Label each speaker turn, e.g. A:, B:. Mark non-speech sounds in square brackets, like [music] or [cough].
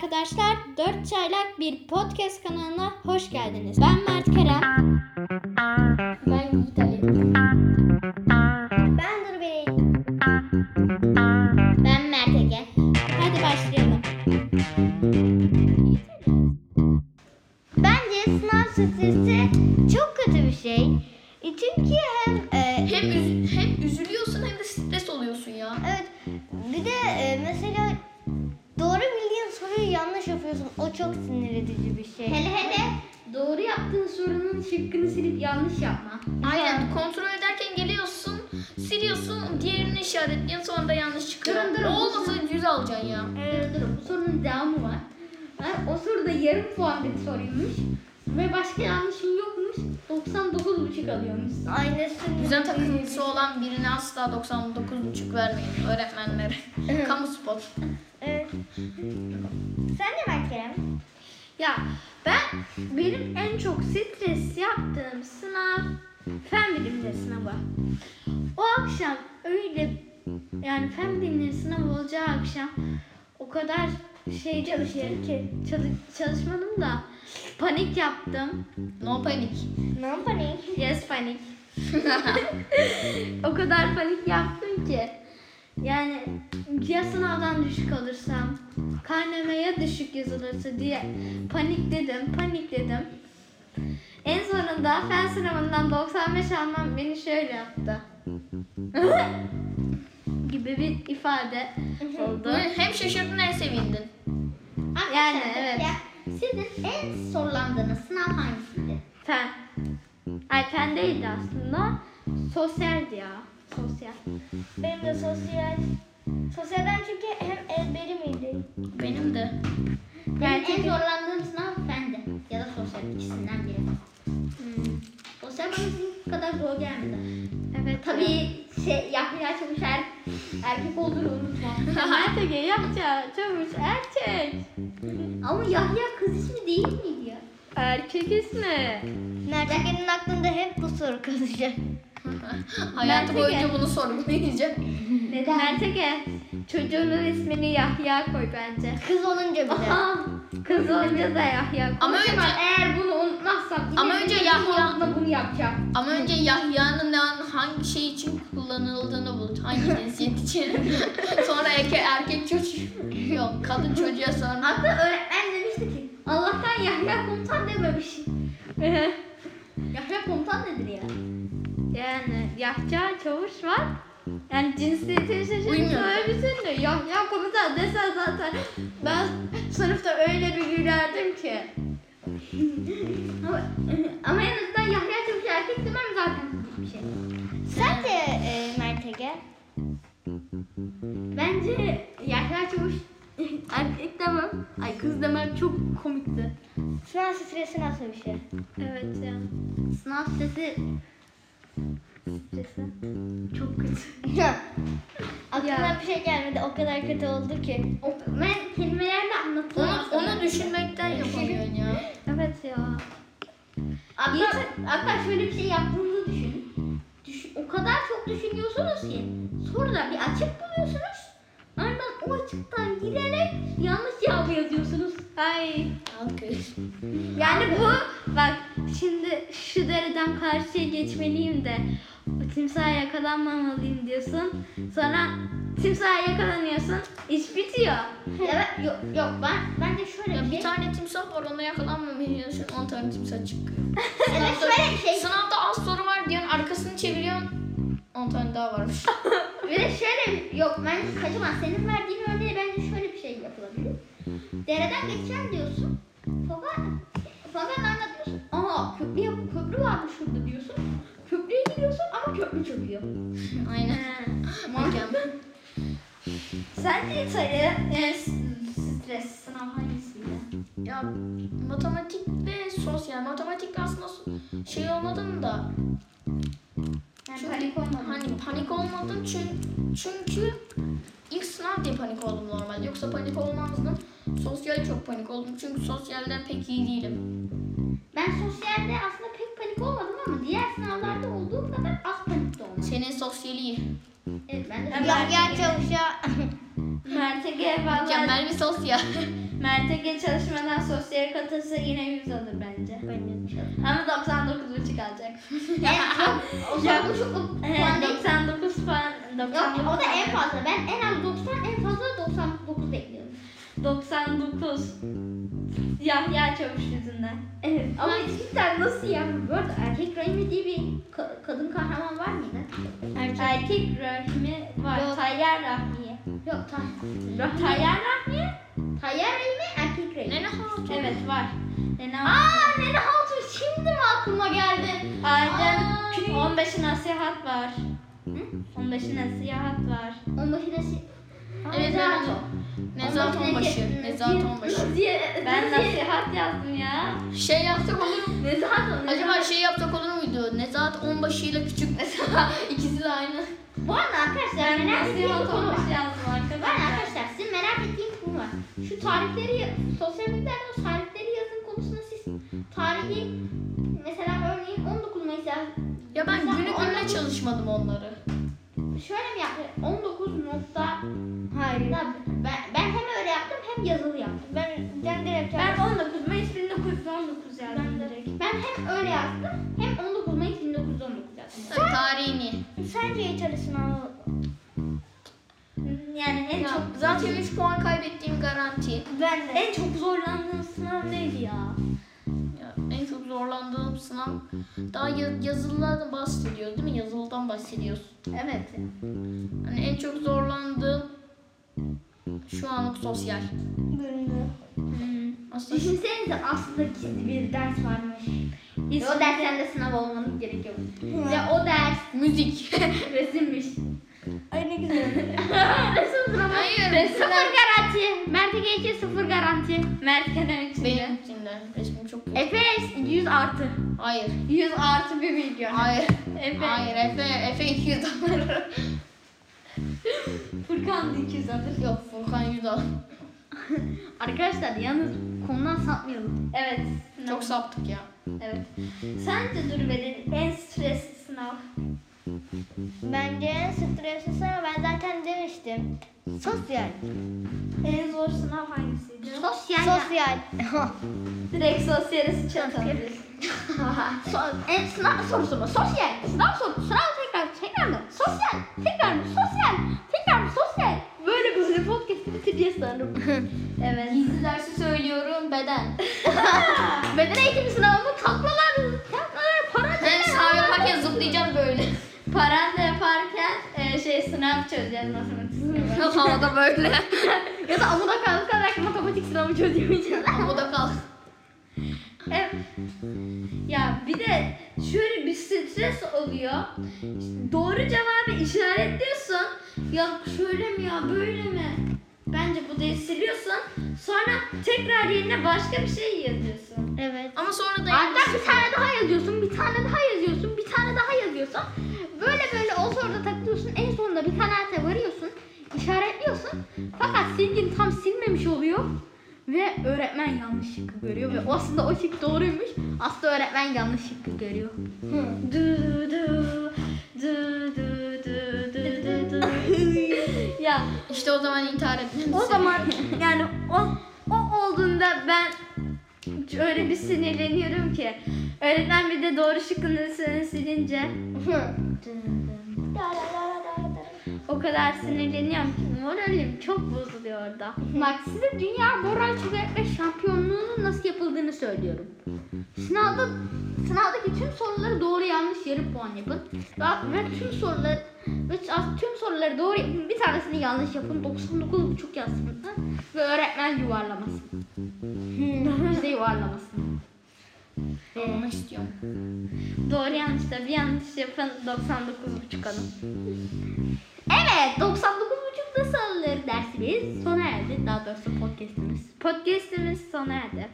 A: arkadaşlar. 4 Çaylak bir podcast kanalına hoş geldiniz. Ben Mert Kerem. Ben Yiğit Ali. Ben Dur Bey. Ben Mert Ege. Hadi başlayalım.
B: Bence sınav stresi çok kötü bir şey. E, Çünkü hem e,
C: Hem, üz- hem üzülüyorsun hem de stres oluyorsun ya.
B: evet bir de e, mesela doğru bildiğin soruyu yanlış yapıyorsun. O çok sinir edici bir şey.
A: Hele hele doğru yaptığın sorunun şıkkını silip yanlış yapma.
C: Aynen kontrol ederken geliyorsun, siliyorsun, diğerini işaretliyorsun sonra da yanlış çıkıyor.
A: Durun, durun.
C: Olmasa yüz alacaksın ya.
A: Ee, durun, bu sorunun devamı var. Ha, o soruda yarım puanlık soruymuş. Ve başka yanlışım yokmuş. 99,5 alıyormuş.
B: Aynısını.
C: Düzen takıntısı olan birine asla 99.5 vermeyin öğretmenlere. Kamu spot.
B: Evet. Sen de Mert Kerem.
A: Ya ben benim en çok stres yaptığım sınav fen bilimleri sınavı. O akşam öyle yani fen bilimleri sınavı olacağı akşam o kadar şey çalışıyorum ki çalış- çalışmadım da panik yaptım.
C: No panik.
B: Ne yapayım?
A: Yes panik. [laughs] o kadar panik yaptım ki. Yani ya sınavdan düşük alırsam, karneme ya düşük yazılırsa diye panikledim, panikledim. En sonunda fen sınavından 95 almam beni şöyle yaptı. [laughs] gibi bir ifade oldu.
C: Hem şaşırdın hem sevindin.
A: Yani evet.
B: Sizin en sorulandığınız sınav hangisiydi?
A: Fen. Ay fen değildi aslında. Sosyaldi ya. Sosyal.
B: Benim de sosyal. Sosyalden çünkü hem ezberi miydi?
C: Benim de.
A: Yani
B: en zorlandığım sınav fendi ya da sosyal ikisinden biri.
A: Hmm,
B: Sosyal bana bu kadar zor gelmedi.
A: Evet.
B: Tabii şey, yapmaya çalışmış her erkek olduğunu unutma.
A: Ertege yapça çavuş erkek.
B: Ama Yahya kız ismi değil miydi ya?
A: Erkek ismi.
B: Mert'in aklında hep bu soru kalacak.
C: Hayatı
A: Mert'e
C: boyunca
A: gel.
C: bunu sorgulayacağım.
A: Neden? Ertege. Çocuğunun ismini Yahya koy bence.
B: Kız olunca bir de.
A: Aha. Kız olunca da Yahya koy.
C: Ama önce
A: eğer bunu unutmazsam
C: Ama önce Yahya-
A: adına bunu yapacağım.
C: ama önce Yahya'nın ne an- hangi şey için kullanıldığını bul.
B: [laughs]
C: Hangi cinsiyet için. [laughs] sonra erkek, erkek çocuğu. Yok kadın çocuğa sonra.
A: Hatta öğretmen demişti ki Allah'tan Yahya komutan dememiş.
B: [laughs] Yahya komutan nedir ya?
A: yani Yahya çavuş var. Yani cinsiyetini şaşırtma
C: Uymuyor.
A: öğretin de Yahya komutan desen zaten ben sınıfta öyle bir gülerdim ki.
B: [laughs] Ama [laughs] en azından Yahya çok erkek demem zaten bir şey. Sen de e, Mertege.
A: Bence Yahya Çavuş erkek demem, ay kız demem çok komikti.
B: Sınav stresi nasıl bir şey?
A: Evet ya.
B: Sınav stresi
A: Stresi. Çok kötü.
B: Aklına bir şey gelmedi. O kadar kötü oldu ki.
A: Ben kelimelerle anlatıyorum.
C: Onu, onu düşünmekten yapamıyorsun ya.
A: Evet ya.
B: Hatta, hatta şöyle bir şey yaptığınızı düşün. Düş- o kadar çok düşünüyorsunuz ki. Sonra bir açık buluyorsunuz. Ardından o açıktan girerek yanlış cevabı yazıyorsunuz.
A: Ay.
C: Alkış.
A: Yani bu bak şimdi şu dereden karşıya geçmeliyim de o timsaha yakalanmamalıyım diyorsun. Sonra timsaha yakalanıyorsun. İş bitiyor.
B: Evet, yok, yok ben bence şöyle bir
C: Bir
B: şey.
C: tane timsah var ona yakalanmamışsın 10 tane timsah çıkıyor.
B: [laughs] Evet şöyle bir şey.
C: Sınavda az soru var diyorsun arkasını çeviriyorsun 10 tane daha
B: [laughs]
C: varmış.
B: Bir de şöyle yok ben kaçamam. Senin verdiğin örneğe bence şöyle bir şey yapılabilir. Dereden geçeceğim diyorsun. Fakat fakat anlatıyorsun. Aha köprü, yap- köprü varmış şurada diyorsun. Köprüye gidiyorsun ama köprü çöküyor.
C: Aynen. Mükemmel.
B: Sen de sayı
A: e,
B: stres sınav hangisiydi?
C: Ya matematik ve sosyal matematik aslında so- şey olmadım da
B: Yani
C: Çok-
B: panik olmadı.
C: hani panik olmadım çünkü çünkü ilk sınav diye panik oldum normal yoksa panik olmazdım. Sosyal çok panik oldum çünkü sosyalden pek iyi değilim.
B: Ben sosyalde aslında pek panik olmadım ama diğer sınavlarda olduğum kadar az panik de olmadım.
C: Senin sosyali iyi.
B: Evet ben de
A: Ben-
B: Yahya Çavuş'a
A: Mert'e gel
C: [laughs]
A: vallahi
C: Mükemmel bir sosyal.
A: Mert'e çalışmadan sosyal katılsa yine 100 alır bence.
D: Bence de.
A: Ama 99'u alacak.
D: Evet, yok. O zaman bu çok bu puan
A: şey- Evet,
D: değil.
A: 99 falan. 99
D: Yok o da en
A: falan.
D: fazla. Ben en az 90 en fazla 99 bekliyorum.
A: 99. Yahya Çavuş yüzünden. Evet. Ama cidden nasıl ya?
D: Bu arada erkek rahimi diye bir ka- kadın kahraman var mıydı?
A: Erkek rahmi var.
D: Yok.
A: Tayyar rahmiye.
D: Yok Tay-
A: Tayyar rahmiye?
D: Tayyar rahimi erkek rahimi.
C: Nene Hatun.
A: Evet var. Lena
D: Aa Nene Hatun şimdi mi aklıma geldi?
A: Adem
D: Ay.
A: 15'i nasihat var. 15'i nasihat var.
D: Onun başında
B: şey-
D: si-
C: Evet,
D: Nene
C: ben-
D: Hatun.
C: Nezahat
D: Ondan
C: Onbaşı.
D: önceki-
C: Nezahat Onbaşı.
A: Ben nasihat yazdım ya.
C: Şey yapsak olur mu?
A: Ne zaten?
C: Acaba şey yapsak olur muydu? Nezahat Onbaşı ile küçük mesela [laughs] ikisi de aynı.
D: Bu arada arkadaşlar
A: Yani
D: merak ettiğim
A: nasihat
D: bir konu var.
A: olmuş yazdım
D: Var ya
A: arkadaşlar.
D: arkadaşlar sizin merak ettiğiniz konu var. Şu tarihleri, sosyal medyadan o tarihleri yazın konusunda siz tarihi mesela örneğin 19 Mayıs yaz-
C: Ya ben
D: Mesela
C: günü gününe
D: onlar-
C: çalışmadım onları.
D: Şöyle mi yaptın? 19 nokta Hayır. da Ben, ben hem öyle yaptım hem yazılı yaptım. Ben, ben direkt
A: Ben 19 Mayıs 1919
D: Ben
A: yazdım
D: de-
A: direkt.
D: ben hem öyle yaptım hem 19 Mayıs 1919 yazdım.
C: Tabii tarihini.
D: Sence çalışma
A: Hmm, Yani en
C: Ya,
A: çok
C: zaten 3 puan kaybettiğim garanti.
A: ben de. En çok zorlandığın sınav neydi ya?
C: Ya, en çok zorlandığım sınav daha ya- yazılılardan bahsediyoruz değil mi? Yazılıdan bahsediyoruz.
A: Evet.
C: Hani en çok zorlandığım şu anlık sosyal.
D: bölümü.
A: Hmm.
C: Aslında şu-
D: Düşünsenize aslında gizli bir ders varmış. Ve o
A: İsmi-
D: dersten de sınav olmanız gerekiyor. Ve o ders [laughs]
C: müzik.
A: resimmiş.
D: Ay ne [laughs] güzel.
A: Resim
C: [laughs]
A: sınavı.
C: Hayır.
A: Resim.
D: sıfır garanti. Mert'e geçe sıfır garanti.
A: Mert'ten içinde.
C: Benimkinde. Resmim çok kötü.
A: Efe 100 artı.
C: Hayır.
A: 100 artı bir milyon.
C: Hayır.
A: Efe.
C: Hayır. Efe. Efe 200 alır. [laughs]
A: Furkan da 200 alır.
C: Yok Furkan 100 alır.
A: Arkadaşlar yalnız konudan sapmayalım. Evet. sınav.
C: Çok saptık ya.
A: Evet. Sence dur verin en stresli sınav.
D: Bence en stresli sınav ben zaten demiştim. Sosyal.
A: En zor sınav hangisiydi?
D: Sosyal.
B: Sosyal.
A: Direkt sosyalist çataldır.
D: [laughs] So- en e, sınav sorusu mu? Sosyal. Sınav sorusu. Sınav tekrar. Tekrar mı? Sosyal. Tekrar mı? Sosyal. Tekrar mı? Sosyal.
A: Böyle böyle podcast'ı bitireceğiz sanırım. [laughs] evet.
C: Gizli dersi söylüyorum beden.
D: Beden eğitimi sınavımı taklalar. Taklalar. Para.
C: Ben sınav yaparken zıplayacağım böyle. [laughs]
A: Paran da yaparken e, şey sınav çözeceğiz matematik sınavı.
C: Havada böyle.
D: Ya da amuda kalkarak matematik sınavı çözemeyeceğim.
C: Havada kal.
A: Evet. Ya bir de şöyle bir stres oluyor. Doğru cevabı işaretliyorsun. Ya şöyle mi ya böyle mi? Bence bu değil siliyorsun. Sonra tekrar yerine başka bir şey yazıyorsun.
D: Evet.
C: Ama sonra da
D: Hatta bir tane daha yazıyorsun, bir tane daha yazıyorsun, bir tane daha yazıyorsun. Böyle böyle o soruda takılıyorsun. En sonunda bir kanaate varıyorsun. işaretliyorsun. Fakat silgin tam silmemiş oluyor. Ve öğretmen yanlış şıkkı görüyor. Ve o aslında o şık doğruymuş. Aslında öğretmen yanlış şıkkı görüyor.
A: Du du du du du du du du. ya
C: işte o zaman intihar etmemiz.
A: O zaman yani o, o olduğunda ben öyle bir sinirleniyorum ki. Öğretmen bir de doğru şıkkını sil- silince
B: [laughs]
A: o kadar sinirleniyorum ki moralim çok bozuluyor orada.
D: Bak size dünya moral çökertme şampiyonluğunun nasıl yapıldığını söylüyorum. Sınavda sınavdaki tüm soruları doğru yanlış yarı puan yapın. Ve, ve tüm soruları ve tüm soruları doğru yapın. Bir tanesini yanlış yapın. 99,5 yazsın. Ve öğretmen yuvarlamasın. Hmm, Bize yuvarlamasın.
C: Olmak istiyorum.
A: Doğru yanlış da bir yanlış yapın 99,5 alın.
D: Evet 99,5 nasıl alınır dersimiz sona erdi. Daha doğrusu podcastimiz.
A: Podcast'imiz sona erdi.